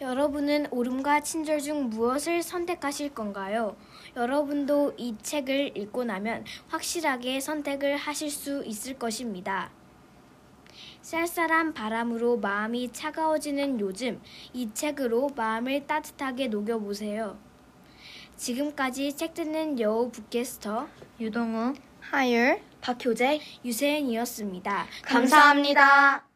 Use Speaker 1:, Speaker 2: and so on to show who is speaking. Speaker 1: 여러분은 오름과 친절 중 무엇을 선택하실 건가요? 여러분도 이 책을 읽고 나면 확실하게 선택을 하실 수 있을 것입니다. 쌀쌀한 바람으로 마음이 차가워지는 요즘 이 책으로 마음을 따뜻하게 녹여보세요. 지금까지 책 듣는 여우 북캐스터
Speaker 2: 유동우, 하율,
Speaker 1: 박효재, 유세은이었습니다.
Speaker 2: 감사합니다.